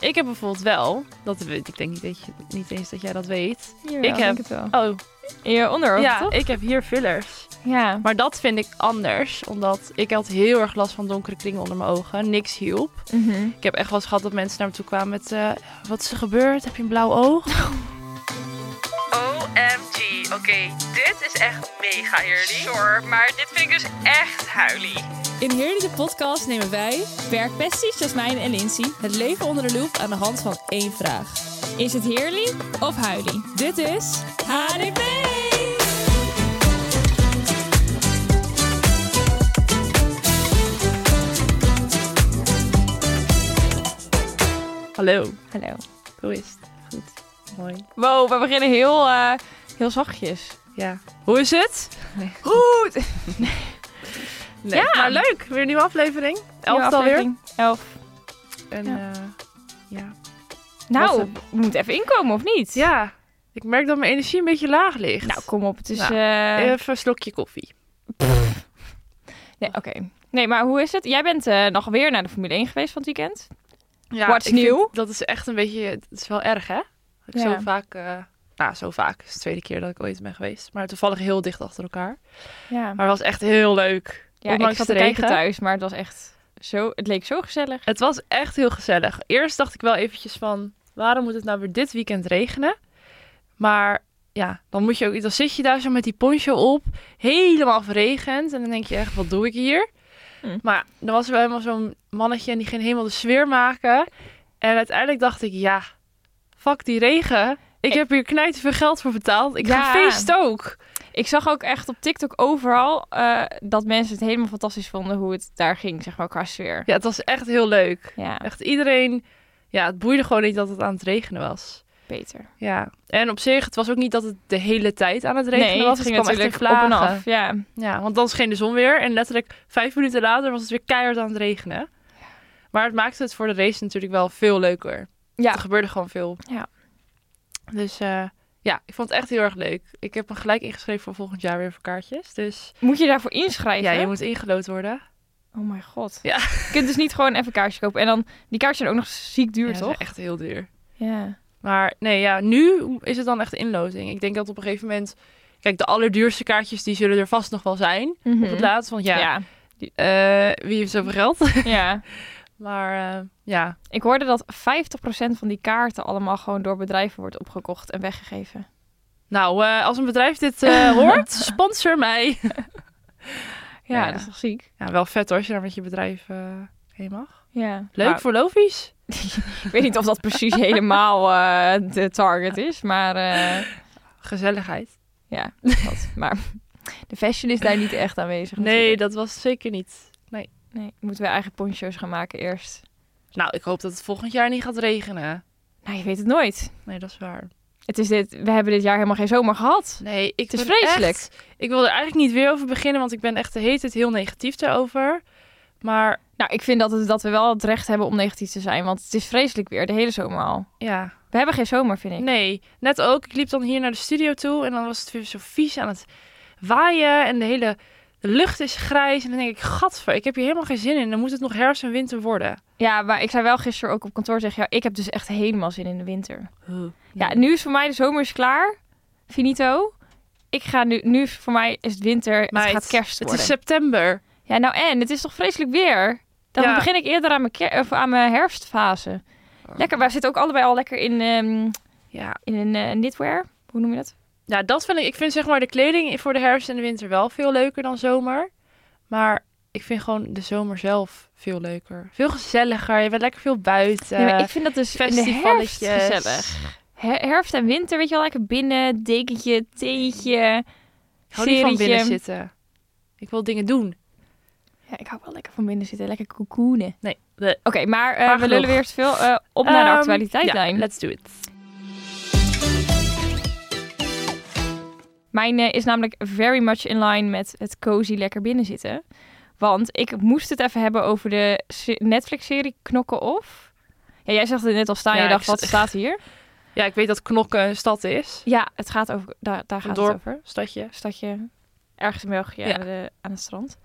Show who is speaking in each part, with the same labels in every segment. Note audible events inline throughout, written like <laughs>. Speaker 1: Ik heb bijvoorbeeld wel, dat weet ik denk niet, dat je, niet eens dat jij dat weet.
Speaker 2: Jawel,
Speaker 1: Ik heb-
Speaker 2: het wel.
Speaker 1: Oh,
Speaker 2: In je onderhoofd,
Speaker 1: ja,
Speaker 2: toch?
Speaker 1: ik heb hier fillers.
Speaker 2: Ja.
Speaker 1: Maar dat vind ik anders, omdat ik had heel erg last van donkere kringen onder mijn ogen. Niks hielp.
Speaker 2: Mhm.
Speaker 1: Ik heb echt wel eens gehad dat mensen naar me toe kwamen met... eh, wat is er gebeurd? Heb je een blauw oog? <laughs>
Speaker 3: OMG. Oké, dit is echt mega eerlijk. Sorry, maar dit vind ik dus echt huilie.
Speaker 4: In Heerlijke Podcast nemen wij, werkpesties Jasmijn en Lindsay, het leven onder de loep aan de hand van één vraag.
Speaker 2: Is het heerlijk of huilie?
Speaker 4: Dit is HDP!
Speaker 1: Hallo,
Speaker 2: Hallo.
Speaker 1: hoe is het? Goed, mooi.
Speaker 2: Wow, we beginnen heel, eh, heel zachtjes.
Speaker 1: Ja. Hoe is het?
Speaker 2: Goed!
Speaker 1: Ja, maar leuk. Weer een nieuwe aflevering. Elftal weer.
Speaker 2: Aflevering Elf.
Speaker 1: En,
Speaker 2: Ja.
Speaker 1: eh, ja.
Speaker 2: Nou,
Speaker 1: Wat
Speaker 2: we moeten even inkomen, of niet?
Speaker 1: ja, ik merk dat mijn energie een beetje laag ligt.
Speaker 2: Nou, kom op. Het is...
Speaker 1: Nou,
Speaker 2: eh,
Speaker 1: Even een slokje koffie.
Speaker 2: Nee, oké. Nee, maar hoe is het? Jij bent eh, nog weer naar de Formule 1 geweest van het weekend.
Speaker 1: Ja,
Speaker 2: What's
Speaker 1: ik vind-
Speaker 2: new?
Speaker 1: Dat is echt een beetje... Het is wel erg, hè? Dat ik
Speaker 2: Ja.
Speaker 1: zo vaak... eh, nou, zo vaak. Het is de tweede keer dat ik ooit ben geweest. Maar toevallig heel dicht achter elkaar.
Speaker 2: Ja.
Speaker 1: Maar het was echt heel leuk.
Speaker 2: Ja, ik
Speaker 1: Ondanks
Speaker 2: zat
Speaker 1: de
Speaker 2: te kijken
Speaker 1: regen.
Speaker 2: thuis, maar het was echt zo... Het leek zo gezellig.
Speaker 1: Het was echt heel gezellig. Eerst dacht ik wel eventjes van, waarom moet het nou weer dit weekend regenen? Maar ja, dan, moet je ook, dan zit je daar zo met die poncho op, helemaal verregend. En dan denk je echt, wat doe ik hier?
Speaker 2: Hm.
Speaker 1: Maar dan was er wel helemaal zo'n mannetje en die ging helemaal de sfeer maken. En uiteindelijk dacht ik, ja, fuck die regen. Ik
Speaker 2: Ik-
Speaker 1: heb hier knijt veel geld voor betaald. Ik ga
Speaker 2: Ja.
Speaker 1: feesten ook.
Speaker 2: Ik zag ook echt op TikTok overal eh, dat mensen het helemaal fantastisch vonden hoe het daar ging, zeg maar, qua sfeer.
Speaker 1: Ja, het was echt heel leuk.
Speaker 2: Ja,
Speaker 1: Echt iedereen, ja, het boeide gewoon niet dat het aan het regenen was.
Speaker 2: beter.
Speaker 1: Ja, en op zich, het was ook niet dat het de hele tijd aan het regenen
Speaker 2: nee,
Speaker 1: was.
Speaker 2: het ging
Speaker 1: kwam echt
Speaker 2: natuurlijk
Speaker 1: in
Speaker 2: op en
Speaker 1: vlagen.
Speaker 2: af. Ja.
Speaker 1: Ja, want dan scheen de zon weer en letterlijk vijf minuten later was het weer keihard aan het regenen. Maar het maakte het voor de race natuurlijk wel veel leuker.
Speaker 2: Ja.
Speaker 1: Er gebeurde gewoon veel.
Speaker 2: Ja.
Speaker 1: Dus eh, ja, ik vond het echt heel erg leuk. Ik heb me gelijk ingeschreven voor volgend jaar weer voor kaartjes. Dus
Speaker 2: Moet je daarvoor inschrijven?
Speaker 1: ja, je moet ingelood worden.
Speaker 2: Oh mijn god.
Speaker 1: Ja.
Speaker 2: Je kunt dus niet gewoon even een kaartje kopen. En dan, die kaartjes zijn ook nog ziek duur,
Speaker 1: Ja, ze
Speaker 2: toch?
Speaker 1: zijn echt heel duur.
Speaker 2: Ja.
Speaker 1: Maar nee, ja, nu is het dan echt inloting. Ik denk dat op een gegeven moment... Kijk, de allerduurste kaartjes, die zullen er vast nog wel zijn. Op het laatst, want ja,
Speaker 2: Mhm. Ja.
Speaker 1: Eh, wie heeft zoveel geld? <laughs>
Speaker 2: ja.
Speaker 1: maar eh, ja,
Speaker 2: Ik hoorde dat 50% van die kaarten allemaal gewoon door bedrijven wordt opgekocht en weggegeven.
Speaker 1: nou, eh, als een bedrijf dit
Speaker 2: <laughs>
Speaker 1: eh, hoort, sponsor mij. <laughs>
Speaker 2: Ja,
Speaker 1: Ja.
Speaker 2: dat is toch ziek?
Speaker 1: Ja, wel vet hoor, als je daar met je bedrijf eh, heen mag.
Speaker 2: Ja.
Speaker 1: Leuk
Speaker 2: Nou,
Speaker 1: voor lofies.
Speaker 2: ik weet niet of dat <laughs> precies helemaal eh, de target is, maar eh,
Speaker 1: Gezelligheid.
Speaker 2: ja. Dat. <laughs> Maar de fashion is daar niet echt aanwezig.
Speaker 1: Nee,
Speaker 2: natuurlijk.
Speaker 1: dat was zeker niet. Nee.
Speaker 2: nee. Moeten we eigen poncho's gaan maken eerst?
Speaker 1: Nou, ik hoop dat het volgend jaar niet gaat regenen.
Speaker 2: Nou, je weet het nooit.
Speaker 1: Nee, dat is waar.
Speaker 2: Het is dit, we hebben dit jaar helemaal geen zomer gehad.
Speaker 1: Nee, ik
Speaker 2: Het is
Speaker 1: ben echt-
Speaker 2: vreselijk.
Speaker 1: ik wil er eigenlijk niet weer over beginnen, want ik ben echt de hele tijd heel negatief daarover. Maar
Speaker 2: Nou, ik vind dat, het, dat we wel het recht hebben om negatief te zijn, want het is vreselijk weer, de hele zomer al.
Speaker 1: ja,
Speaker 2: We hebben geen zomer, vind ik.
Speaker 1: Nee, net ook. Ik liep dan hier naar de studio toe en dan was het weer zo vies aan het waaien en de hele de lucht is grijs. En dan denk ik, gadver, ik heb hier helemaal geen zin in. Dan moet het nog herfst en winter worden.
Speaker 2: Ja, maar ik zei wel gisteren ook op kantoor tegen jou, ik heb dus echt helemaal zin in de winter. Ja,
Speaker 1: Ja,
Speaker 2: nu is voor mij de zomer is klaar. Finito. Ik ga nu, nu is voor mij is het winter,
Speaker 1: Meid,
Speaker 2: het gaat kerst
Speaker 1: het
Speaker 2: worden.
Speaker 1: is september.
Speaker 2: Ja, nou en, het is toch vreselijk weer? Dan
Speaker 1: Ja.
Speaker 2: begin ik eerder aan mijn, ker- of aan mijn herfstfase.
Speaker 1: Oh.
Speaker 2: Lekker, wij zitten ook allebei al lekker in, ehm,
Speaker 1: Ja.
Speaker 2: in een eh, knitwear. Hoe noem je dat?
Speaker 1: ja, dat vind ik. Ik vind zeg maar de kleding voor de herfst en de winter wel veel leuker dan zomer. Maar ik vind gewoon de zomer zelf veel leuker. Veel gezelliger. Je bent lekker veel buiten.
Speaker 2: Nee, maar ik vind dat dus in de herfst
Speaker 1: festivalletjes.
Speaker 2: gezellig. Her- herfst en winter, weet je wel, lekker binnen, dekentje, theetje,
Speaker 1: Ik hou niet van
Speaker 2: serietje.
Speaker 1: binnen zitten. Ik wil dingen doen.
Speaker 2: Ja, ik hou wel lekker van binnen zitten, lekker cocoonen.
Speaker 1: Nee.
Speaker 2: Oké, maar eh,
Speaker 1: Maar
Speaker 2: we
Speaker 1: genoeg.
Speaker 2: lullen weer te veel eh, op naar de
Speaker 1: Ehm,
Speaker 2: actualiteitlijn.
Speaker 1: Ja, let's do it.
Speaker 2: Mijn eh, is namelijk very much in line met het cozy lekker binnen zitten. Want ik moest het even hebben over de se- Netflix-serie Knokken Off. Ja, jij zag het net al staan.
Speaker 1: Ja,
Speaker 2: je dacht,
Speaker 1: ik
Speaker 2: wat
Speaker 1: zat-
Speaker 2: staat
Speaker 1: <laughs>
Speaker 2: hier?
Speaker 1: Ja, ik weet dat Knokken een stad is.
Speaker 2: Ja, het gaat over... Daar, daar gaat
Speaker 1: dorp.
Speaker 2: het over.
Speaker 1: Stadje.
Speaker 2: Stadje ergens in België
Speaker 1: Ja.
Speaker 2: aan, de- aan het strand.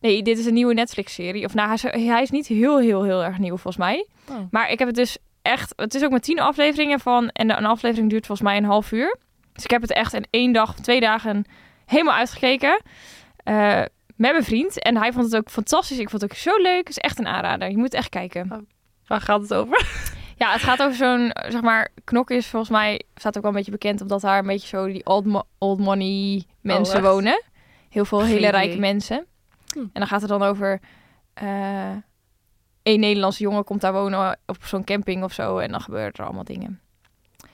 Speaker 2: Nee, dit is een nieuwe Netflix-serie. Of nou, hij is, hij is niet heel, heel, heel erg nieuw volgens mij.
Speaker 1: Oh.
Speaker 2: Maar ik heb het dus echt... Het is ook maar tien afleveringen van... En een aflevering duurt volgens mij een half uur. Dus ik heb het echt in één dag, twee dagen helemaal uitgekeken. eh, met mijn vriend. En hij vond het ook fantastisch. Ik vond het ook zo leuk. Het is echt een aanrader. Je moet echt kijken.
Speaker 1: Waar gaat het over?
Speaker 2: Ja, het gaat over zo'n, zeg maar, Knok is volgens mij, staat ook wel een beetje bekend omdat daar een beetje zo die old, mo- old money mensen
Speaker 1: Oh, echt?
Speaker 2: wonen. Heel veel hele
Speaker 1: Geen
Speaker 2: rijke
Speaker 1: idee.
Speaker 2: mensen.
Speaker 1: Hm.
Speaker 2: En dan gaat het dan over eh één Nederlandse jongen komt daar wonen op zo'n camping of zo. En dan gebeuren er allemaal dingen.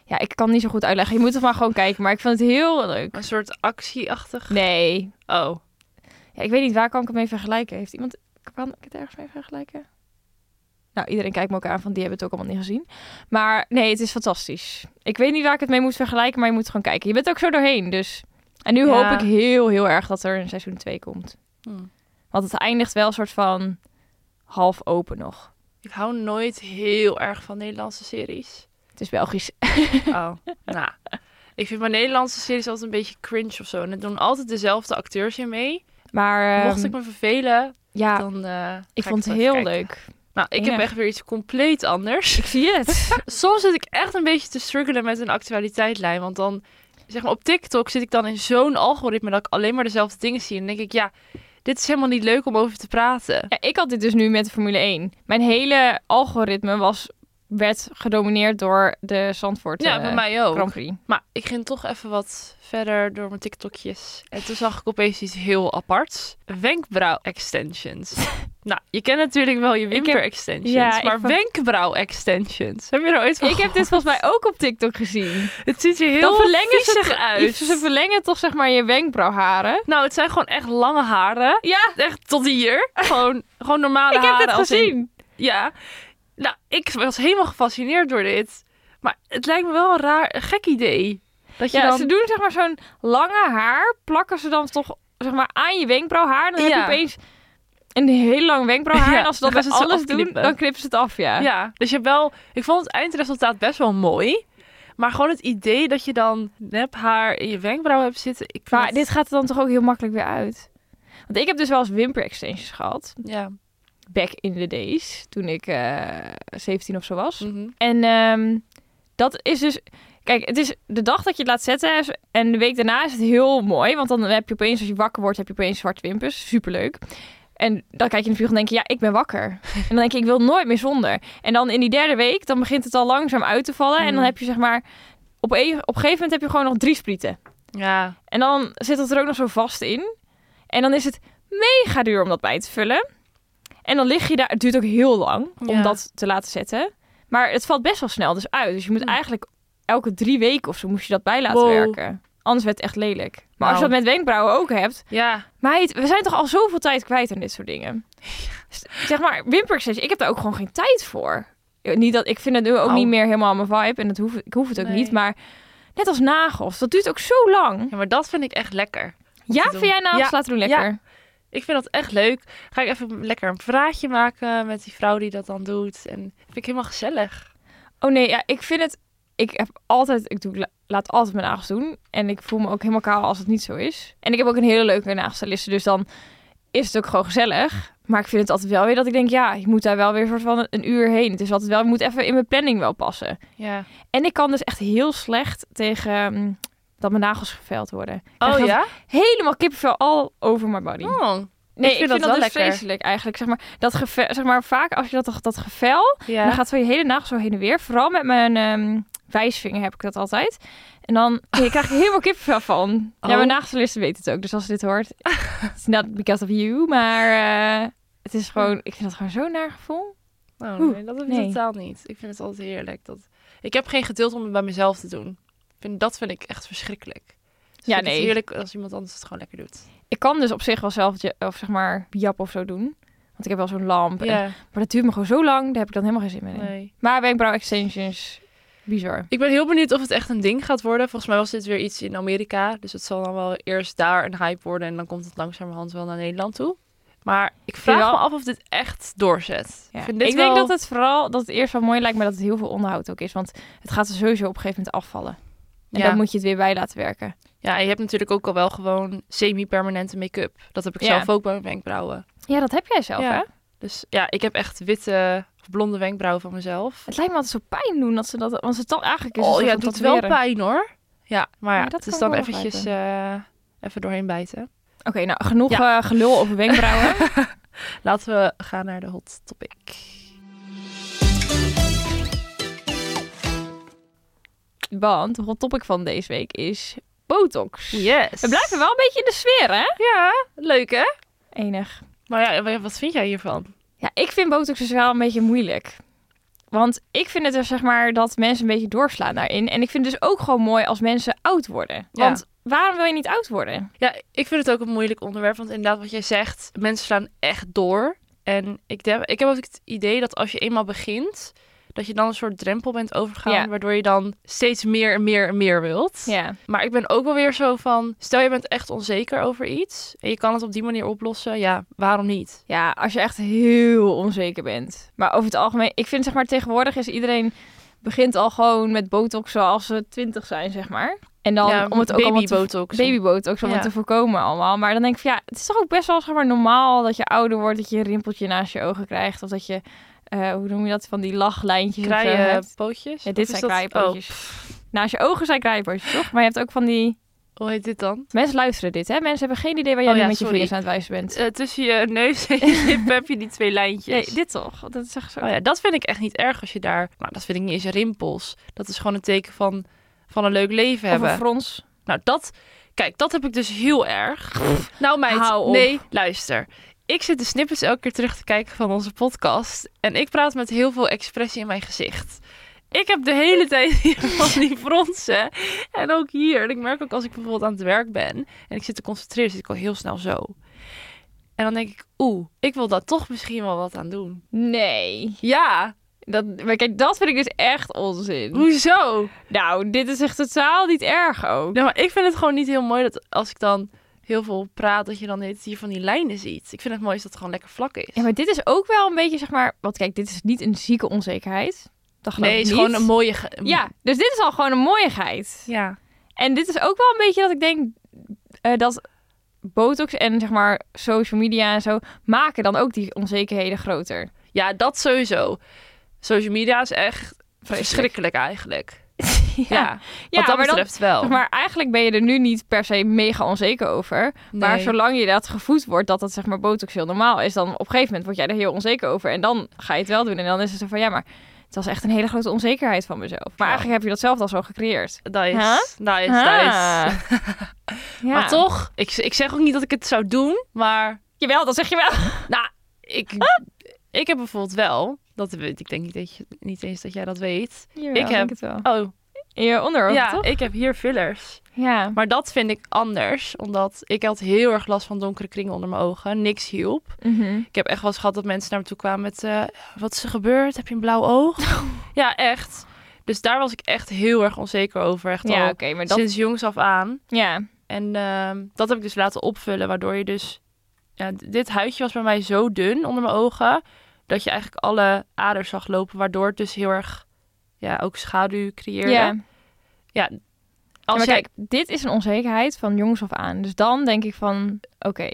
Speaker 2: Ja, ik kan het niet zo goed uitleggen. Je moet het maar gewoon kijken. Maar ik vind het heel leuk.
Speaker 1: Een soort actieachtig.
Speaker 2: Nee.
Speaker 1: Oh.
Speaker 2: Ja, ik weet niet, waar kan ik het mee vergelijken? Heeft iemand, kan ik het ergens mee vergelijken? Nou, iedereen kijkt me ook aan van, die hebben het ook allemaal niet gezien. Maar nee, het is fantastisch. Ik weet niet waar ik het mee moet vergelijken, maar je moet gewoon kijken. Je bent ook zo doorheen, dus... En nu
Speaker 1: Ja.
Speaker 2: hoop ik heel, heel erg dat er een seizoen 2 komt.
Speaker 4: Hmm.
Speaker 2: Want het eindigt wel een soort van half open nog.
Speaker 1: Ik hou nooit heel erg van Nederlandse
Speaker 2: <laughs>
Speaker 1: series.
Speaker 2: Het is Belgisch.
Speaker 1: Oh. nou. Ik vind mijn Nederlandse series altijd een beetje cringe of zo. En er doen altijd dezelfde acteurs in mee.
Speaker 2: Maar ehm,
Speaker 1: Mocht ik me vervelen,
Speaker 2: ja,
Speaker 1: dan. eh,
Speaker 2: ik
Speaker 1: ga
Speaker 2: vond
Speaker 1: wel
Speaker 2: het
Speaker 1: even
Speaker 2: heel
Speaker 1: kijken.
Speaker 2: leuk.
Speaker 1: Nou, ik
Speaker 2: Enig.
Speaker 1: heb echt weer iets compleet anders.
Speaker 2: Ik zie het.
Speaker 1: <laughs> Soms zit ik echt een beetje te struggelen met een actualiteitlijn. Want dan, zeg maar, op TikTok zit ik dan in zo'n algoritme dat ik alleen maar dezelfde dingen zie. En dan denk ik, ja, dit is helemaal niet leuk om over te praten.
Speaker 2: Ja, ik had dit dus nu met de Formule 1. Mijn hele algoritme was, werd gedomineerd door de Zandvoort
Speaker 1: Ja,
Speaker 2: eh,
Speaker 1: bij mij ook.
Speaker 2: Grand Prix.
Speaker 1: Maar ik ging toch even wat verder door mijn TikTokjes. En toen zag ik opeens iets heel aparts.
Speaker 2: <laughs>
Speaker 1: Wenkbrauw-extensions. nou, je kent natuurlijk wel je wimper-extensions.
Speaker 2: ja, ik
Speaker 1: maar
Speaker 2: vond-
Speaker 1: wenkbrauw-extensions. Heb je er ooit van
Speaker 2: Ik heb dit volgens mij ook op Tiktok gezien.
Speaker 1: gehoord? Het ziet er
Speaker 2: Dan
Speaker 1: heel
Speaker 2: verlengen ze,
Speaker 1: viezig
Speaker 2: het-
Speaker 1: uit.
Speaker 2: Ze verlengen toch zeg maar je wenkbrauwharen.
Speaker 1: Nou, het zijn gewoon echt lange haren.
Speaker 2: Ja,
Speaker 1: Echt tot hier. Gewoon, gewoon normale
Speaker 2: <laughs> ik heb
Speaker 1: haren.
Speaker 2: dit
Speaker 1: als in-
Speaker 2: gezien.
Speaker 1: Ja. Nou, ik was helemaal gefascineerd door dit. Maar het lijkt me wel een raar, een gek idee. Dat je
Speaker 2: Ja,
Speaker 1: dan...
Speaker 2: Ze doen zeg maar zo'n lange haar, plakken ze dan toch zeg maar aan je wenkbrauwhaar. Dan heb je
Speaker 1: Ja.
Speaker 2: opeens een heel lang wenkbrauwhaar.
Speaker 1: Ja,
Speaker 2: en als ze dat
Speaker 1: dan
Speaker 2: bij
Speaker 1: gaan ze het zo
Speaker 2: alles doen,
Speaker 1: afknippen.
Speaker 2: dan knippen ze het af, ja.
Speaker 1: Ja, dus je hebt wel... Ik vond het eindresultaat best wel mooi. Maar gewoon het idee dat je dan nep haar in je wenkbrauw hebt zitten. Ik vind
Speaker 2: Maar
Speaker 1: het-
Speaker 2: dit gaat er dan toch ook heel makkelijk weer uit. Want ik heb dus wel eens wimper-extensions gehad.
Speaker 1: Ja.
Speaker 2: Back in the days, toen ik eh 17 of zo was.
Speaker 1: Mhm.
Speaker 2: En ehm, dat is dus. Kijk, het is de dag dat je het laat zetten is- en de week daarna is het heel mooi. Want dan heb je opeens, als je wakker wordt, heb je opeens zwarte wimpers. Superleuk. En dan kijk je in de spiegel en denk je, ja, ik ben wakker. En dan denk je, ik wil nooit meer zonder. En dan in die derde week, dan begint het al langzaam uit te vallen. En dan
Speaker 1: Mm.
Speaker 2: heb je zeg maar, op een, op een gegeven moment heb je gewoon nog drie sprieten.
Speaker 1: Ja.
Speaker 2: En dan zit het er ook nog zo vast in. En dan is het mega duur om dat bij te vullen. En dan lig je daar. Het duurt ook heel lang om
Speaker 1: Ja.
Speaker 2: dat te laten zetten. Maar het valt best wel snel dus uit. Dus je moet
Speaker 1: Hm.
Speaker 2: eigenlijk elke drie weken of zo moest je dat bij laten
Speaker 1: Wow.
Speaker 2: werken. Anders werd het echt lelijk. Maar als je
Speaker 1: Nou.
Speaker 2: dat met wenkbrauwen ook hebt.
Speaker 1: Ja.
Speaker 2: Meid, we zijn toch al zoveel tijd kwijt aan dit soort dingen.
Speaker 1: <laughs>
Speaker 2: S- Zeg maar, wimperextensie. Ik heb daar ook gewoon geen tijd voor. Eh, Niet dat, ik vind het nu ook
Speaker 1: Nou.
Speaker 2: niet meer helemaal mijn vibe. En dat hoef, ik hoef het ook
Speaker 1: Nee.
Speaker 2: niet. Maar net als nagels. Dat duurt ook zo lang.
Speaker 1: ja, maar dat vind ik echt lekker.
Speaker 2: Ja,
Speaker 1: te
Speaker 2: vind
Speaker 1: doen.
Speaker 2: jij nou
Speaker 1: Ja.
Speaker 2: laten doen lekker?
Speaker 1: Ik vind dat echt leuk. Ga ik even lekker een praatje maken met die vrouw die dat dan doet. En vind ik helemaal gezellig.
Speaker 2: Oh nee, ja, ik vind het... Ik heb altijd... Ik doe, laat altijd mijn nagels doen. En ik voel me ook helemaal kaal als het niet zo is. En ik heb ook een hele leuke nagelstyliste. Dus dan is het ook gewoon gezellig. Maar ik vind het altijd wel weer dat ik denk... Ja, je moet daar wel weer een soort van een uur heen. Het is altijd wel... Je moet even in mijn planning wel passen.
Speaker 1: Ja.
Speaker 2: En ik kan dus echt heel slecht tegen... ehm, dat mijn nagels geveld worden. Ik krijg
Speaker 1: Oh
Speaker 2: dan
Speaker 1: ja?
Speaker 2: Helemaal kippenvel all over my body.
Speaker 1: Oh.
Speaker 2: nee,
Speaker 1: ik vind dat wel
Speaker 2: dus
Speaker 1: lekker.
Speaker 2: vreselijk eigenlijk. Zeg maar, dat geve- zeg maar vaak als je dat, dat gevel...
Speaker 1: Ja.
Speaker 2: En dan gaat zo je hele nagel zo heen en weer. Vooral met mijn ehm, wijsvinger heb ik dat altijd. En dan ik krijg ik helemaal kippenvel van. Ja,
Speaker 1: Oh.
Speaker 2: mijn nagelstyliste weet het ook. Dus als ze dit hoort, it's not because of you. Maar eh, het is gewoon, ik vind dat gewoon zo'n naar gevoel.
Speaker 1: Oh,
Speaker 2: Oeh,
Speaker 1: nee, dat heb ik
Speaker 2: nee.
Speaker 1: totaal niet. Ik vind het altijd heerlijk. Dat... Ik heb geen geduld om het bij mezelf te doen. Ik Vind, dat vind ik echt verschrikkelijk. Dus
Speaker 2: Ja,
Speaker 1: vind ik het
Speaker 2: nee.
Speaker 1: heerlijk als iemand anders het gewoon lekker doet.
Speaker 2: Ik kan dus op zich wel zelf, je- of zeg maar, jap of zo doen. Want ik heb wel zo'n lamp. en-
Speaker 1: Ja,
Speaker 2: maar dat duurt me gewoon zo lang, daar heb ik dan helemaal geen zin meer in.
Speaker 1: nee.
Speaker 2: Maar wenkbrauw extensions, bizar.
Speaker 1: Ik ben heel benieuwd of het echt een ding gaat worden. Volgens mij was dit weer iets in Amerika. Dus het zal dan wel eerst daar een hype worden. En dan komt het langzamerhand wel naar Nederland toe. Maar ik vraag
Speaker 2: wel-
Speaker 1: me af of dit echt doorzet. Ik,
Speaker 2: Ja. Ik,
Speaker 1: vind dit wel-
Speaker 2: denk dat het vooral, dat het eerst wel mooi lijkt, maar dat het heel veel onderhoud ook is. Want het gaat er sowieso op een gegeven moment afvallen. En
Speaker 1: Ja.
Speaker 2: dan moet je het weer bij laten werken.
Speaker 1: ja, en je hebt natuurlijk ook al wel gewoon semi-permanente make-up. Dat heb ik
Speaker 2: Ja.
Speaker 1: zelf ook bij mijn wenkbrauwen.
Speaker 2: Ja, dat heb jij zelf,
Speaker 1: Ja.
Speaker 2: hè?
Speaker 1: Dus ja, ik heb echt witte of blonde wenkbrauwen van mezelf.
Speaker 2: Het lijkt me altijd zo pijn doen dat ze dat... Want ze toch eigenlijk is
Speaker 1: oh
Speaker 2: het
Speaker 1: ja,
Speaker 2: een
Speaker 1: het doet
Speaker 2: soort
Speaker 1: wel
Speaker 2: tatoeëren.
Speaker 1: pijn hoor. Ja, maar ja,
Speaker 2: dat
Speaker 1: het is
Speaker 2: kan
Speaker 1: dan
Speaker 2: ik wel
Speaker 1: eventjes eh, even doorheen bijten.
Speaker 2: Oké, nou genoeg eh, gelul over wenkbrauwen. <laughs>
Speaker 1: Laten we gaan naar de hot topic.
Speaker 2: want de hot topic van deze week is botox.
Speaker 1: Yes.
Speaker 2: We blijven wel een beetje in de sfeer, hè?
Speaker 1: Ja, leuk hè?
Speaker 2: Enig.
Speaker 1: Maar ja, wa- wat vind jij hiervan?
Speaker 2: Ja, ik vind botox dus wel een beetje moeilijk. Want ik vind het er zeg maar dat mensen een beetje doorslaan daarin. En ik vind het dus ook gewoon mooi als mensen oud worden.
Speaker 1: Ja.
Speaker 2: Want waarom wil je niet oud worden?
Speaker 1: Ja, ik vind het ook een moeilijk onderwerp. Want inderdaad, wat jij zegt, mensen slaan echt door. En ik, denk, ik heb ook het idee dat als je eenmaal begint, dat je dan een soort drempel bent overgegaan.
Speaker 2: Ja.
Speaker 1: Waardoor je dan steeds meer en meer en meer wilt.
Speaker 2: Ja.
Speaker 1: Maar ik ben ook wel weer zo van, stel je bent echt onzeker over iets. En je kan het op die manier oplossen. Ja, waarom niet?
Speaker 2: Ja, als je echt heel onzeker bent. Maar over het algemeen, ik vind zeg maar tegenwoordig is iedereen begint al gewoon met botox als ze twintig zijn, zeg maar. En dan
Speaker 1: ja,
Speaker 2: om het ook allemaal te
Speaker 1: babybotox.
Speaker 2: babybotox om
Speaker 1: Ja.
Speaker 2: het te voorkomen allemaal. Maar dan denk ik van ja, het is toch ook best wel zeg maar normaal dat je ouder wordt, dat je een rimpeltje naast je ogen krijgt of dat je eh, hoe noem je dat van die lachlijntjes of zo hebt.
Speaker 1: kraaienpootjes.
Speaker 2: Ja,
Speaker 1: Of
Speaker 2: dit
Speaker 1: is
Speaker 2: zijn
Speaker 1: dat-
Speaker 2: kraaienpootjes. Naast je ogen zijn kraaienpootjes, toch? Maar je hebt ook van die
Speaker 1: Oh, hoe heet dit dan?
Speaker 2: mensen luisteren dit, hè? Mensen hebben geen idee waar jij
Speaker 1: Oh
Speaker 2: nu
Speaker 1: ja,
Speaker 2: met je
Speaker 1: sorry.
Speaker 2: vingers aan het wijzen bent.
Speaker 1: Eh, tussen je neus en je lip heb je die twee
Speaker 2: Nee,
Speaker 1: lijntjes.
Speaker 2: dit toch? Dat is echt zo.
Speaker 1: Oh ja, dat vind ik echt niet erg als je daar... Nou, dat vind ik niet eens rimpels. Dat is gewoon een teken van, van een leuk leven
Speaker 2: of een
Speaker 1: hebben.
Speaker 2: frons.
Speaker 1: Nou, dat... Kijk, dat heb ik dus heel erg. nou meid,
Speaker 2: hou op.
Speaker 1: nee, luister. Ik zit de snippets elke keer terug te kijken van onze podcast. En ik praat met heel veel expressie in mijn gezicht. Ik heb de hele tijd <laughs> hier van die fronsen. En ook hier. En ik merk ook als ik bijvoorbeeld aan het werk ben. En ik zit te concentreren, zit ik al heel snel zo. En dan denk ik, oeh, ik wil daar toch misschien wel wat aan doen.
Speaker 2: Nee.
Speaker 1: Ja,
Speaker 2: Dat, maar kijk, dat vind ik dus echt onzin.
Speaker 1: hoezo?
Speaker 2: Nou, dit is echt totaal niet erg ook.
Speaker 1: Nee, maar ik vind het gewoon niet heel mooi dat als ik dan heel veel praat, dat je dan dit hier van die lijnen ziet. Ik vind het mooi dat het gewoon lekker vlak is.
Speaker 2: Ja, maar dit is ook wel een beetje, zeg maar... Want kijk, dit is niet een zieke onzekerheid. Dat geloof
Speaker 1: nee,
Speaker 2: ik
Speaker 1: het is
Speaker 2: niet.
Speaker 1: gewoon een mooie. ge-
Speaker 2: Ja, dus dit is al gewoon een mooiigheid.
Speaker 1: ja.
Speaker 2: En dit is ook wel een beetje dat ik denk eh, dat botox en zeg maar social media en zo maken dan ook die onzekerheden groter.
Speaker 1: Ja, dat sowieso. Social media is echt verschrikkelijk eigenlijk. <laughs> Ja, wat dat
Speaker 2: maar dan-
Speaker 1: betreft wel.
Speaker 2: zeg maar eigenlijk ben je er nu niet per se mega onzeker over. Maar
Speaker 1: Nee.
Speaker 2: zolang je dat gevoed wordt dat dat zeg maar botox heel normaal is, dan op een gegeven moment word jij er heel onzeker over. En dan ga je het wel doen. En dan is het zo van ja, maar het was echt een hele grote onzekerheid van mezelf. Maar
Speaker 1: Ja.
Speaker 2: eigenlijk heb je dat zelf al zo gecreëerd.
Speaker 1: Nice,
Speaker 2: Huh?
Speaker 1: nice,
Speaker 2: Ah.
Speaker 1: nice. <laughs>
Speaker 2: Ja.
Speaker 1: Maar toch, ik, ik zeg ook niet dat ik het zou doen, maar
Speaker 2: Jawel, dat zeg je wel.
Speaker 1: Nou, ik, ik heb bijvoorbeeld wel, dat weet ik denk niet, dat je, niet eens dat jij dat weet.
Speaker 2: Jawel,
Speaker 1: Ik
Speaker 2: ik
Speaker 1: heb-
Speaker 2: het wel.
Speaker 1: Oh,
Speaker 2: In je onderhoofd,
Speaker 1: ja,
Speaker 2: toch?
Speaker 1: ik heb hier fillers.
Speaker 2: Ja.
Speaker 1: Maar dat vind ik anders, omdat ik had heel erg last van donkere kringen onder mijn ogen. Niks hielp.
Speaker 2: Mhm.
Speaker 1: Ik heb echt wel eens gehad dat mensen naar me toe kwamen met, eh, wat is er gebeurd? Heb je een blauw
Speaker 2: <laughs>
Speaker 1: oog? ja, echt. Dus daar was ik echt heel erg onzeker over, echt
Speaker 2: Ja,
Speaker 1: al
Speaker 2: oké, maar dat...
Speaker 1: sinds jongs af aan.
Speaker 2: Ja.
Speaker 1: En ehm, dat heb ik dus laten opvullen, waardoor je dus... Ja, d- dit huidje was bij mij zo dun onder mijn ogen, dat je eigenlijk alle aders zag lopen, waardoor het dus heel erg ja, ook schaduw creëerde.
Speaker 2: Ja.
Speaker 1: Als
Speaker 2: ja, maar
Speaker 1: jij-
Speaker 2: kijk, dit is een onzekerheid van jongs af aan. Dus dan denk ik van, oké.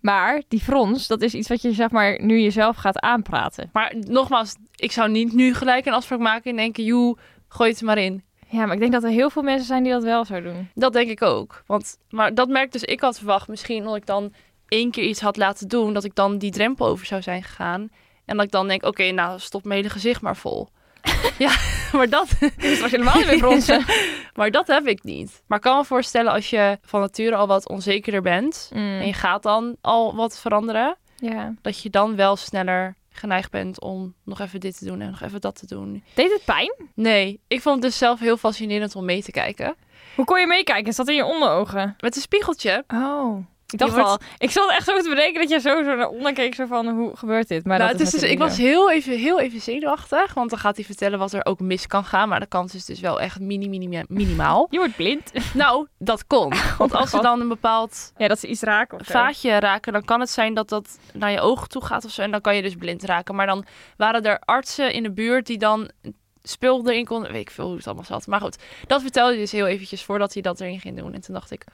Speaker 2: Maar die frons, dat is iets wat je zeg maar nu jezelf gaat aanpraten.
Speaker 1: Maar nogmaals, ik zou niet nu gelijk een afspraak maken en denken, joe, gooi het er maar in.
Speaker 2: Ja, maar ik denk dat er heel veel mensen zijn die dat wel zo doen.
Speaker 1: Dat denk ik ook. Want, maar dat merk dus ik had verwacht, misschien omdat ik dan één keer iets had laten doen, dat ik dan die drempel over zou zijn gegaan. En dat ik dan denk, oké, nou stop mijn hele gezicht maar vol. ja, maar dat,
Speaker 2: Dus was je helemaal niet meer <laughs> fronsen.
Speaker 1: Maar dat heb ik niet. Maar ik kan me voorstellen als je van nature al wat onzekerder bent en je gaat dan al wat veranderen,
Speaker 2: Mm. Ja.
Speaker 1: dat je dan wel sneller geneigd bent om nog even dit te doen en nog even dat te doen.
Speaker 2: Deed het pijn?
Speaker 1: Nee, ik vond het dus zelf heel fascinerend om mee te kijken.
Speaker 2: Hoe kon je meekijken? Is dat in je onderogen?
Speaker 1: Met een spiegeltje.
Speaker 2: Oh. Ik dacht
Speaker 1: Je wordt-
Speaker 2: al, ik zat echt zo te bedenken dat je zo, zo naar onder keek, zo van, hoe gebeurt dit? Maar
Speaker 1: nou,
Speaker 2: dat
Speaker 1: het is
Speaker 2: is
Speaker 1: dus, ik was
Speaker 2: natuurlijk
Speaker 1: heel even, heel even zenuwachtig, want dan gaat hij vertellen wat er ook mis kan gaan. Maar de kans is dus wel echt mini, mini, minimaal.
Speaker 2: <laughs> niet zo. Je wordt blind.
Speaker 1: nou, dat
Speaker 2: <laughs>
Speaker 1: kon. Want
Speaker 2: mijn
Speaker 1: als ze
Speaker 2: God.
Speaker 1: dan een bepaald
Speaker 2: Ja, dat ze iets raken of zo.
Speaker 1: vaatje raken, dan kan het zijn dat dat naar je oog toe gaat of zo. En dan kan je dus blind raken. Maar dan waren er artsen in de buurt die dan spul erin konden. Weet ik veel hoe het allemaal zat. Maar goed, dat vertelde hij dus heel eventjes voordat hij dat erin ging doen. En toen dacht ik...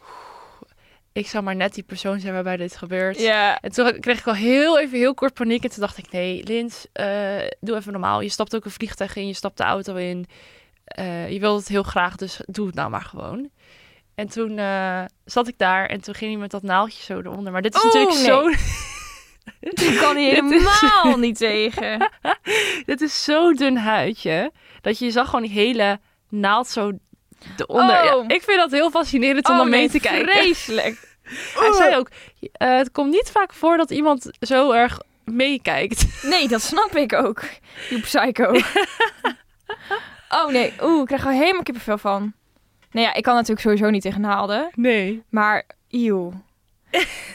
Speaker 1: "Oeh." ik zou maar net die persoon zijn waarbij dit gebeurt.
Speaker 2: <laughs> Ja.
Speaker 1: En toen kreeg ik al heel even heel kort paniek. En toen dacht ik, nee, Lins, eh, doe even normaal. Je stapt ook een vliegtuig in, je stapt de auto in. Eh, je wilt het heel graag, dus doe het nou maar gewoon. En toen eh, zat ik daar en toen ging hij met dat naaldje zo eronder. Maar dit is
Speaker 2: Oeh,
Speaker 1: natuurlijk
Speaker 2: Oh, nee.
Speaker 1: zo...
Speaker 2: Ik kan <laughs> hier
Speaker 1: Dit is-
Speaker 2: helemaal niet <laughs> tegen.
Speaker 1: <laughs> dit is zo'n dun huidje. Dat je je zag gewoon die hele naald zo eronder.
Speaker 2: Oh.
Speaker 1: Ja, ik vind dat heel fascinerend om
Speaker 2: Oh,
Speaker 1: dan mee
Speaker 2: nee,
Speaker 1: te kijken.
Speaker 2: Vreselijk.
Speaker 1: Hij zei ook, eh, het komt niet vaak voor dat iemand zo erg meekijkt.
Speaker 2: Nee, dat snap ik ook. Je psycho. <laughs> oh nee, oeh, ik krijg er helemaal kippenvel van. Nou ja, ik kan natuurlijk sowieso niet tegen naalden.
Speaker 1: Nee.
Speaker 2: Maar,
Speaker 1: <laughs>
Speaker 2: eeuw.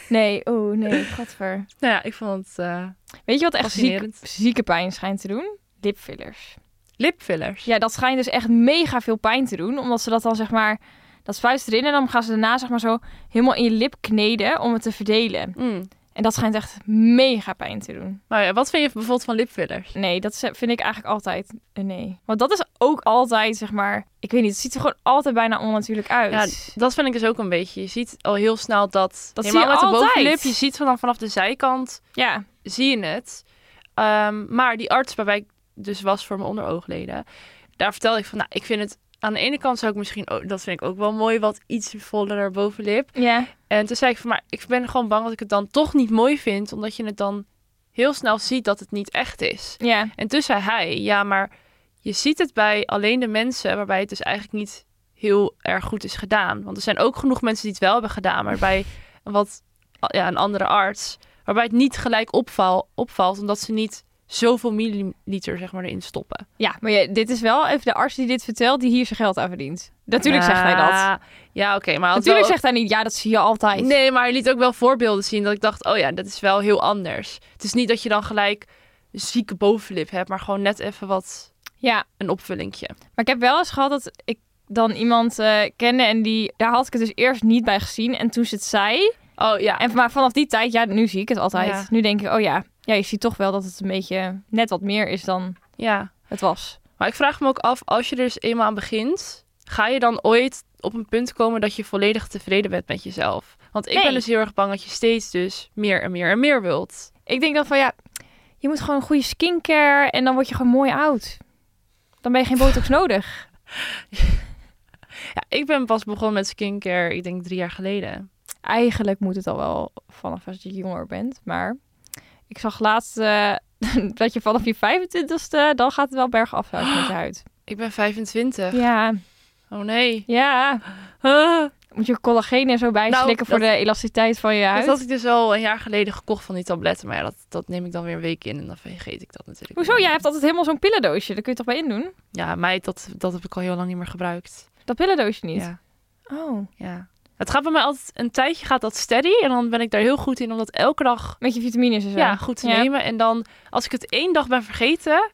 Speaker 2: Nee, oeh, nee, gadver.
Speaker 1: Nou ja, ik vond het eh,
Speaker 2: Weet je wat echt ziek,
Speaker 1: Fascinerend.
Speaker 2: zieke pijn schijnt te doen? Lipfillers.
Speaker 1: lipfillers.
Speaker 2: Ja, dat schijnt dus echt mega veel pijn te doen. Omdat ze dat dan zeg maar, dat spuit erin en dan gaan ze daarna zeg maar zo helemaal in je lip kneden om het te verdelen.
Speaker 1: Mm.
Speaker 2: En dat schijnt echt mega pijn te doen.
Speaker 1: Maar ja, wat vind je bijvoorbeeld van lipfillers?
Speaker 2: Nee, dat is- vind ik eigenlijk altijd een nee. Want dat is ook altijd, zeg maar... Ik weet niet, het ziet er gewoon altijd bijna onnatuurlijk uit.
Speaker 1: Ja, dat vind ik dus ook een beetje. Je ziet al heel snel dat...
Speaker 2: Dat
Speaker 1: helemaal
Speaker 2: zie je
Speaker 1: met de
Speaker 2: altijd.
Speaker 1: bovenlip, je ziet van dan vanaf de zijkant,
Speaker 2: ja.
Speaker 1: zie je het. Ehm, maar die arts waarbij ik dus was voor mijn onderoogleden... daar vertelde ik van, nou, ik vind het... Aan de ene kant zou ik misschien... ook- dat vind ik ook wel mooi, wat iets voller bovenlip.
Speaker 2: ja.
Speaker 1: En toen zei ik van, maar ik ben gewoon bang dat ik het dan toch niet mooi vind... omdat je het dan heel snel ziet dat het niet echt is.
Speaker 2: Ja.
Speaker 1: En toen zei hij, ja, maar je ziet het bij alleen de mensen waarbij het dus eigenlijk niet heel erg goed is gedaan. Want er zijn ook genoeg mensen die het wel hebben gedaan, maar bij een, wat, ja, een andere arts, waarbij het niet gelijk opval, opvalt, omdat ze niet zoveel milliliter zeg maar, erin stoppen.
Speaker 2: Ja, maar je- dit is wel even de arts die dit vertelt, die hier zijn geld aan verdient. Natuurlijk zegt hij dat.
Speaker 1: Ja, Ja, oké, maar hij had
Speaker 2: Natuurlijk
Speaker 1: wel-
Speaker 2: zegt hij niet, ja, dat zie je altijd.
Speaker 1: Nee, maar hij liet ook wel voorbeelden zien dat ik dacht, oh ja, dat is wel heel anders. Het is niet dat je dan gelijk een zieke bovenlip hebt, maar gewoon net even wat,
Speaker 2: Ja,
Speaker 1: een opvullingje.
Speaker 2: Maar ik heb wel eens gehad dat ik dan iemand eh, kende en die, daar had ik het dus eerst niet bij gezien. En toen ze het zei,
Speaker 1: Oh ja,
Speaker 2: en, maar vanaf die tijd, ja, nu zie ik het altijd.
Speaker 1: Ja.
Speaker 2: Nu denk ik, oh ja, ja, je ziet toch wel dat het een beetje net wat meer is dan
Speaker 1: ja.
Speaker 2: het was.
Speaker 1: Maar ik vraag me ook af, als je er dus eenmaal aan begint, ga je dan ooit op een punt komen dat je volledig tevreden bent met jezelf? Want ik
Speaker 2: Nee.
Speaker 1: ben dus heel erg bang dat je steeds dus meer en meer en meer wilt.
Speaker 2: Ik denk dan van, ja, je moet gewoon goede skincare en dan word je gewoon mooi oud. Dan ben je geen botox nodig.
Speaker 1: Ja, ik ben pas begonnen met skincare, ik denk drie jaar geleden.
Speaker 2: Eigenlijk moet het al wel vanaf als je jonger bent, maar ik zag laatst eh, <laughs> dat je vanaf je 25ste, dan gaat het wel bergaf met je
Speaker 1: <gasps>
Speaker 2: huid.
Speaker 1: Ik ben 25.
Speaker 2: Ja,
Speaker 1: Oh nee. <gasps>
Speaker 2: ja.
Speaker 1: Ah,
Speaker 2: Moet je collageen en zo bijslikken
Speaker 1: Nou,
Speaker 2: voor
Speaker 1: dat-
Speaker 2: de elasticiteit van je
Speaker 1: Dat
Speaker 2: huid?
Speaker 1: had ik dus al een jaar geleden gekocht van die tabletten. Maar ja, dat, dat neem ik dan weer een week in en dan vergeet ik dat natuurlijk.
Speaker 2: Hoezo?
Speaker 1: weer.
Speaker 2: Jij hebt altijd helemaal zo'n pillendoosje. Daar kun je toch bij in doen?
Speaker 1: Ja, mij, dat, dat heb ik al heel lang niet meer gebruikt.
Speaker 2: Dat pillendoosje niet?
Speaker 1: Ja,
Speaker 2: Oh.
Speaker 1: ja. Het gaat bij mij altijd, een tijdje gaat dat steady. En dan ben ik daar heel goed in, omdat elke dag
Speaker 2: Met je vitamines en zo?
Speaker 1: ja, goed te
Speaker 2: Ja.
Speaker 1: nemen. En dan, als ik het één dag ben vergeten,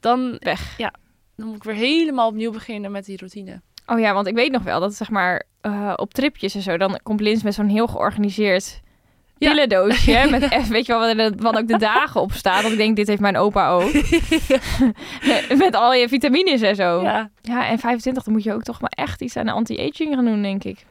Speaker 1: dan,
Speaker 2: Weg.
Speaker 1: Ja, dan moet ik weer helemaal opnieuw beginnen met die routine.
Speaker 2: Oh ja, want ik weet nog wel dat zeg maar eh, op tripjes en zo... dan komt Lins met zo'n heel georganiseerd
Speaker 1: Ja. <laughs>
Speaker 2: pillendoosje. Met echt, weet je wel, wat, er- wat ook de dagen op staat. Want ik denk, dit heeft mijn opa
Speaker 1: <laughs>
Speaker 2: ook. <laughs> met al je vitamines en zo. Ja,
Speaker 1: Ja.
Speaker 2: en 25, dan moet je ook toch maar echt iets aan anti-aging gaan doen, denk ik.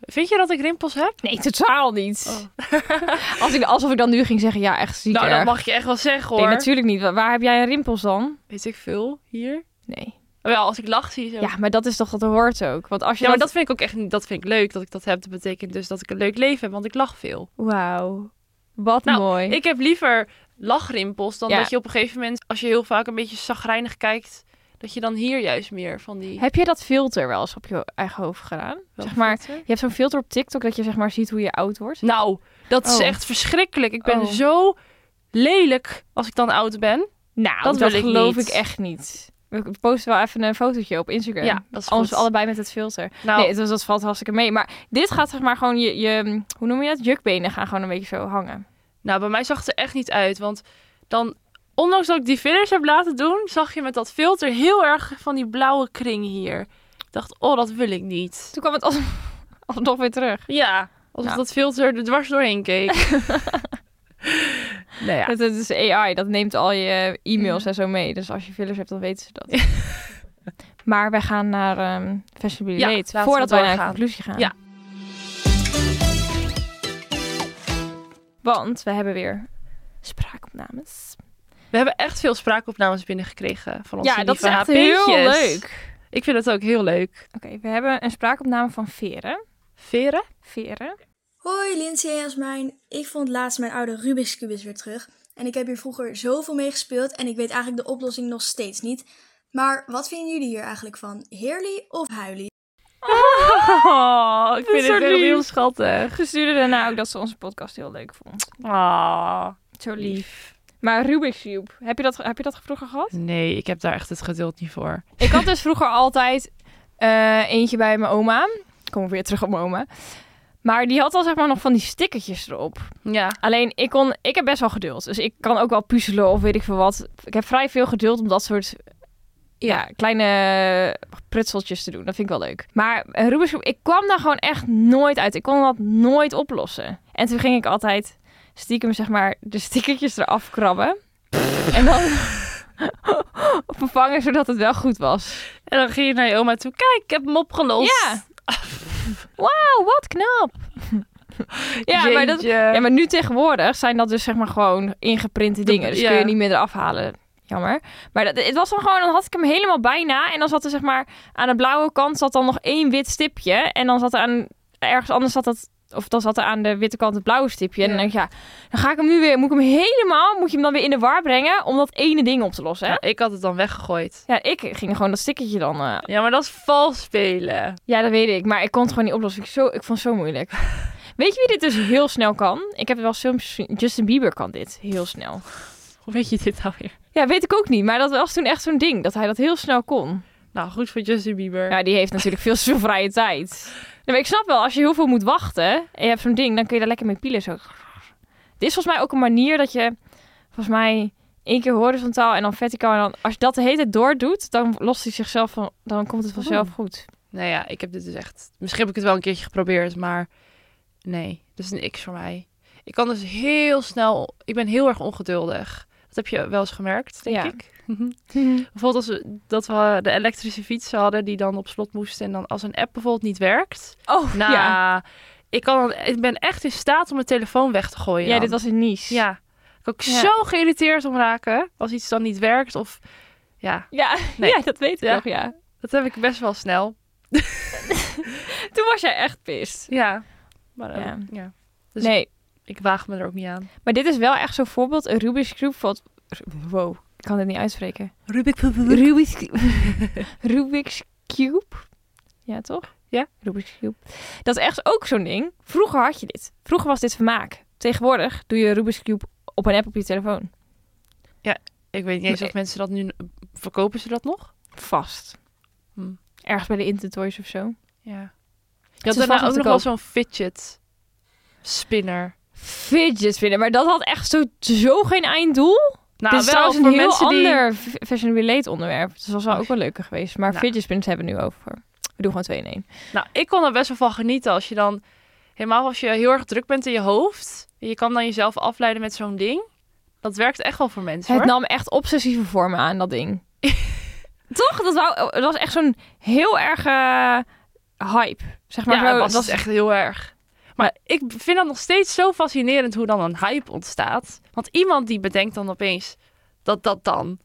Speaker 1: Vind je dat ik rimpels heb?
Speaker 2: Nee, totaal niet. <laughs> Als ik, alsof ik dan nu ging zeggen, ja, echt ziek
Speaker 1: Oh. nou,
Speaker 2: erg.
Speaker 1: dat mag je echt wel zeggen hoor.
Speaker 2: Nee, natuurlijk niet. Wa- Waar heb jij een rimpels dan?
Speaker 1: Weet ik veel hier? Oh,
Speaker 2: Nee.
Speaker 1: Wel, als ik lach zie je zo.
Speaker 2: Ja, maar dat is toch wat er hoort ook. Want als je
Speaker 1: Ja, maar dat vind ik ook echt niet- dat vind ik leuk dat ik dat heb. Dat betekent dus dat ik een leuk leven heb, want ik lach veel.
Speaker 2: Wauw. Wat
Speaker 1: Nou,
Speaker 2: mooi.
Speaker 1: Ik heb liever lachrimpels dan
Speaker 2: Ja.
Speaker 1: dat je op een gegeven moment, als je heel vaak een beetje zagrijnig kijkt, dat je dan hier juist meer van die.
Speaker 2: Heb jij dat filter wel eens op je eigen hoofd gedaan? zeg maar, je hebt zo'n filter op TikTok dat je zeg maar ziet hoe je oud wordt.
Speaker 1: Nou, dat is
Speaker 2: Oh.
Speaker 1: echt verschrikkelijk. Ik ben
Speaker 2: Oh.
Speaker 1: zo lelijk als ik dan oud ben.
Speaker 2: Nou,
Speaker 1: dat
Speaker 2: dat,
Speaker 1: wil ik
Speaker 2: geloof
Speaker 1: niet.
Speaker 2: ik echt niet. We posten wel even een fotootje op Instagram.
Speaker 1: Ja, dat is
Speaker 2: Anders
Speaker 1: goed.
Speaker 2: allebei met het filter.
Speaker 1: Nou,
Speaker 2: Nee, dus dat valt hartstikke mee. Maar dit gaat zeg maar gewoon je, je hoe noem je dat? Jukbenen gaan gewoon een beetje zo hangen.
Speaker 1: nou, bij mij zag het er echt niet uit. Want dan, ondanks dat ik die fillers heb laten doen, zag je met dat filter heel erg van die blauwe kring hier. Ik dacht, oh, dat wil ik niet.
Speaker 2: Toen kwam het als, alsnog <laughs> weer terug.
Speaker 1: Ja, alsof
Speaker 2: Ja.
Speaker 1: dat filter er dwars doorheen <laughs> keek. nou ja.
Speaker 2: Dat, dat is AI, dat neemt al je e-mails en zo mee. Dus als je fillers hebt, dan weten ze dat. <laughs> maar wij gaan naar ehm Fashionably
Speaker 1: Ja,
Speaker 2: Late,
Speaker 1: laten we
Speaker 2: voordat wij naar
Speaker 1: doorgaan.
Speaker 2: de conclusie gaan.
Speaker 1: Ja.
Speaker 2: Want we hebben weer spraakopnames.
Speaker 1: We hebben echt veel spraakopnames binnengekregen van onze
Speaker 2: Ja, dat is
Speaker 1: lieve
Speaker 2: echt
Speaker 1: HP'tjes.
Speaker 2: heel leuk.
Speaker 1: Ik vind het ook heel leuk.
Speaker 2: Oké, we hebben een spraakopname van Veren.
Speaker 1: Veren?
Speaker 2: Veren.
Speaker 5: Hoi Lindsay en Jasmijn. Ik vond laatst mijn oude Rubik's Cubus weer terug. En ik heb hier vroeger zoveel mee gespeeld en ik weet eigenlijk de oplossing nog steeds niet. Maar wat vinden jullie hier eigenlijk van? Heerly of huilie?
Speaker 2: Oh,
Speaker 1: <laughs> ik vind het heel, heel
Speaker 2: Eh.
Speaker 1: schattig.
Speaker 2: Gestuurde daarna ook dat ze onze podcast heel leuk vond.
Speaker 1: Ah,
Speaker 2: Zo lief. Maar Rubik's Cube, heb je dat, heb je dat vroeger gehad?
Speaker 1: Nee, ik heb daar echt het geduld niet voor.
Speaker 2: Ik had dus vroeger altijd eh, eentje bij mijn oma. Ik kom weer terug op mijn oma. Maar die had al zeg maar nog van die stickertjes erop.
Speaker 1: Ja.
Speaker 2: Alleen ik, kon, ik heb best wel geduld. Dus ik kan ook wel puzzelen of weet ik veel wat. Ik heb vrij veel geduld om dat soort ja, kleine prutseltjes te doen. Dat vind ik wel leuk. Maar een Rubik's Cube, ik kwam daar gewoon echt nooit uit. Ik kon dat nooit oplossen. En toen ging ik altijd stiekem zeg maar de stickertjes eraf krabben. En dan <laughs> vervangen zodat het wel goed was.
Speaker 1: En dan ging je naar je oma toe. Kijk, ik heb hem opgelost.
Speaker 2: Ja. <laughs> Wauw, wat <laughs> knap. ja, maar dat,
Speaker 1: Jeetje.
Speaker 2: ja, maar nu tegenwoordig zijn dat dus zeg maar gewoon ingeprinte dingen. Dus
Speaker 1: ja.
Speaker 2: kun je niet meer eraf halen. Jammer. Maar dat, het was dan gewoon, dan had ik hem helemaal bijna. En dan zat er zeg maar, aan de blauwe kant zat dan nog één wit stipje. En dan zat er aan, ergens anders zat dat, of dan zat er aan de witte kant het blauwe stipje. En dan
Speaker 1: Ja.
Speaker 2: denk ik, ja, dan ga ik hem nu weer, moet ik hem helemaal, moet je hem dan weer in de war brengen om dat ene ding op te lossen. hè?
Speaker 1: Ja, ik had het dan weggegooid.
Speaker 2: Ja, ik ging gewoon dat stickertje dan eh,
Speaker 1: Ja, maar dat is vals spelen.
Speaker 2: ja, dat weet ik. Maar ik kon het gewoon niet oplossen. Ik, zo, ik vond het zo moeilijk.
Speaker 1: <laughs>
Speaker 2: Weet je wie dit dus heel snel kan? Ik heb wel films gezien. Justin Bieber kan dit heel snel.
Speaker 1: Hoe weet je dit nou weer?
Speaker 2: Ja, weet ik ook niet. Maar dat was toen echt zo'n ding. Dat hij dat heel snel kon.
Speaker 1: Nou, goed voor Justin Bieber.
Speaker 2: Ja, die heeft natuurlijk veel <laughs> te veel vrije tijd. Nee, maar ik snap wel, als je heel veel moet wachten en je hebt zo'n ding, dan kun je daar lekker mee pielen. Zo. Dit is volgens mij ook een manier dat je, volgens mij, één keer horizontaal en dan verticaal. En dan, als je dat de hele tijd doordoet, dan lost hij zichzelf van, dan komt
Speaker 1: Oh.
Speaker 2: het vanzelf
Speaker 1: <laughs>
Speaker 2: goed.
Speaker 1: Nou ja, ik heb dit dus echt... Misschien heb ik het wel een keertje geprobeerd, maar... Nee, dat is een X voor mij. Ik kan dus heel snel... Ik ben heel erg ongeduldig. Dat heb je wel eens gemerkt, denk
Speaker 2: Ja.
Speaker 1: ik. Bijvoorbeeld als we, dat we de elektrische fietsen hadden die dan op slot moesten. En dan als een app bijvoorbeeld niet werkt.
Speaker 2: Oh,
Speaker 1: Nou,
Speaker 2: ja.
Speaker 1: ik, kan, dan- ik ben echt in staat om mijn telefoon weg te gooien.
Speaker 2: Ja,
Speaker 1: dan.
Speaker 2: dit was in Nice.
Speaker 1: Ja. Ik kan ook
Speaker 2: Ja.
Speaker 1: zo geïrriteerd om raken als iets dan niet werkt. Of ja,
Speaker 2: Ja, <laughs>
Speaker 1: Nee.
Speaker 2: ja dat weet ik
Speaker 1: Ja.
Speaker 2: nog, ja.
Speaker 1: dat heb ik best wel snel.
Speaker 2: Toen was jij echt pist.
Speaker 1: Ja. Maar eh,
Speaker 2: Ja.
Speaker 1: ja. Dus-
Speaker 2: nee,
Speaker 1: ik waag me er ook niet aan.
Speaker 2: maar dit is wel echt zo'n voorbeeld. Een Rubik's Cube wat... Wow, ik kan dit niet uitspreken.
Speaker 1: Rubik.
Speaker 2: Rubik's Cube. <laughs> Rubik's Cube. Ja, toch?
Speaker 1: Ja.
Speaker 2: Rubik's Cube. Dat is echt ook zo'n ding. Vroeger had je dit. Vroeger was dit vermaak. Tegenwoordig doe je een Rubik's Cube op een app op je telefoon.
Speaker 1: Ik weet niet eens of mensen dat nu verkopen ze dat nog.
Speaker 2: Vast. Hmm.
Speaker 1: Hm.
Speaker 2: Ergens bij de Intertoys of zo.
Speaker 1: Ja. Je
Speaker 2: is
Speaker 1: had
Speaker 2: vast
Speaker 1: daarna
Speaker 2: nog
Speaker 1: ook
Speaker 2: te
Speaker 1: nog wel
Speaker 2: koop.
Speaker 1: zo'n fidget spinner.
Speaker 2: Fidget vinden. Maar dat had echt zo, zo geen einddoel.
Speaker 1: Nou,
Speaker 2: Dit is Dus trouwens een heel
Speaker 1: die- Oh.
Speaker 2: ander f- fashion relate onderwerp. Dus dat was wel ook wel leuker geweest. Maar
Speaker 1: Nou.
Speaker 2: fidget spinners hebben we nu over. We doen gewoon twee in één.
Speaker 1: Nou, ik kon er best wel van genieten als je dan helemaal als je heel erg druk bent in je hoofd, je kan dan jezelf afleiden met zo'n ding. Dat werkt echt wel voor mensen.
Speaker 2: Het
Speaker 1: hoor.
Speaker 2: nam echt obsessieve vormen aan, dat
Speaker 1: <laughs>
Speaker 2: ding. Toch? Dat, wou, het was echt zo'n heel erg eh, hype. Zeg maar
Speaker 1: ja,
Speaker 2: zo,
Speaker 1: dat was
Speaker 2: dat-
Speaker 1: echt heel erg. Maar ik vind dat nog steeds zo fascinerend hoe dan een hype ontstaat. Want iemand die bedenkt dan opeens dat dat dan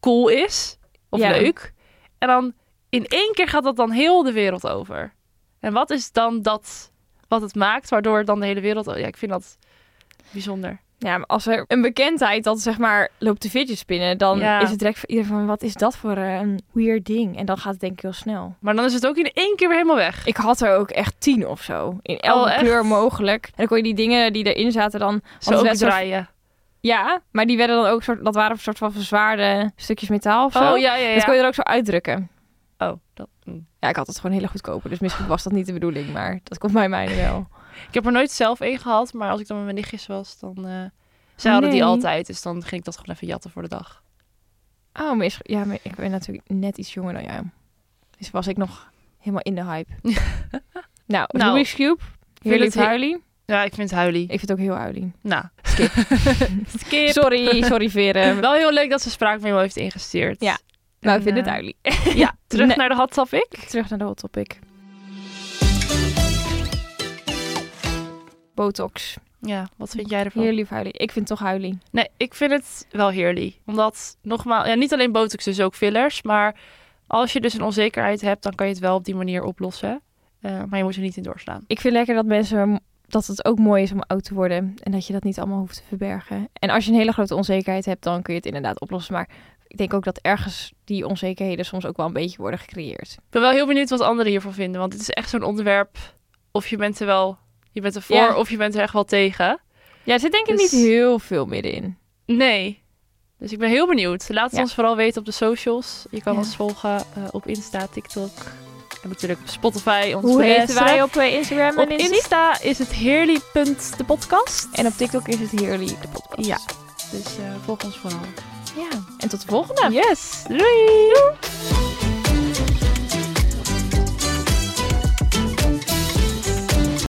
Speaker 1: cool is of
Speaker 2: Ja.
Speaker 1: leuk. En dan in één keer gaat dat dan heel de wereld over. En wat is dan dat wat het maakt waardoor het dan de hele wereld... Ja, ik vind dat bijzonder.
Speaker 2: Ja, maar als er een bekendheid dat zeg maar loopt te fidget spinnen... dan
Speaker 1: Ja.
Speaker 2: is het direct voor iedereen van... wat is dat voor eh, een weird ding? En dan gaat het denk ik heel snel.
Speaker 1: Maar dan is het ook in één keer weer helemaal weg.
Speaker 2: Ik had er ook echt tien of zo. In elke
Speaker 1: Oh, echt?
Speaker 2: kleur mogelijk. En dan kon je die dingen die erin zaten dan...
Speaker 1: Zo
Speaker 2: het werd zo'n
Speaker 1: draaien.
Speaker 2: Ja, maar die werden dan ook soort, dat waren een soort van verzwaarde stukjes metaal of zo.
Speaker 1: Oh, ja, ja, ja.
Speaker 2: Dat kon je er ook zo uitdrukken.
Speaker 1: Oh, dat... mm.
Speaker 2: Ja, ik had het gewoon hele goedkoper, dus misschien was dat niet de bedoeling, maar dat komt bij mij wel.
Speaker 1: Ik heb er nooit zelf een gehad, maar als ik dan met mijn nichtjes was, dan... eh, zij hadden die
Speaker 2: Nee.
Speaker 1: altijd, dus dan ging ik dat gewoon even jatten voor de dag.
Speaker 2: <laughs> Oh, mis, ja, maar ik ben natuurlijk net iets jonger dan jij. Dus was ik nog helemaal in de hype. <laughs> nou,
Speaker 1: Nou,
Speaker 2: Rubik's Cube, heel
Speaker 1: het
Speaker 2: lief
Speaker 1: he-
Speaker 2: huilie.
Speaker 1: Ja, ik vind huilie.
Speaker 2: Ik vind het ook heel huilie.
Speaker 1: Nou, <laughs>
Speaker 2: Skip. <laughs> Sorry, sorry Veren.
Speaker 1: eh, wel heel leuk dat ze spraakmemo heeft ingestuurd.
Speaker 2: Ja. Maar we
Speaker 1: En,
Speaker 2: vinden
Speaker 1: eh,
Speaker 2: het huilie. <laughs>
Speaker 1: Ja, terug
Speaker 2: Nee.
Speaker 1: naar de hot topic.
Speaker 2: Terug naar de hot topic. Botox.
Speaker 1: Ja, wat vind jij ervan?
Speaker 2: Heerly of huilie? Ik vind toch huilie.
Speaker 1: Nee, ik vind het wel heerlijk. Omdat, nogmaals, ja, niet alleen botox, dus ook fillers. Maar als je dus een onzekerheid hebt, dan kan je het wel op die manier oplossen. Eh, maar je moet er niet in doorslaan.
Speaker 2: Ik vind lekker dat mensen dat het ook mooi is om oud te worden en dat je dat niet allemaal hoeft te verbergen. En als je een hele grote onzekerheid hebt, dan kun je het inderdaad oplossen. Maar ik denk ook dat ergens die onzekerheden soms ook wel een beetje worden gecreëerd.
Speaker 1: Ik ben wel heel benieuwd wat anderen hiervan vinden. Want het is echt zo'n onderwerp of je bent er wel... Je bent er voor
Speaker 2: Ja.
Speaker 1: of je bent er echt wel tegen.
Speaker 2: Ja, er zit denk ik
Speaker 1: Dus-
Speaker 2: niet heel veel middenin.
Speaker 1: Nee. Dus ik ben heel benieuwd. Laat het
Speaker 2: Ja.
Speaker 1: ons vooral weten op de socials. Je kan
Speaker 2: Ja.
Speaker 1: ons volgen eh, op Insta, TikTok. En natuurlijk op Spotify. Ons
Speaker 2: Hoe heten
Speaker 1: luisteren.
Speaker 2: wij op eh, Instagram
Speaker 1: Op
Speaker 2: en Insta?
Speaker 1: Insta is het heerly.depodcast.
Speaker 2: En op TikTok is het Heerly, de podcast.
Speaker 1: Ja. Dus eh volg ons vooral.
Speaker 2: ja. En tot de volgende.
Speaker 1: Yes. Doei.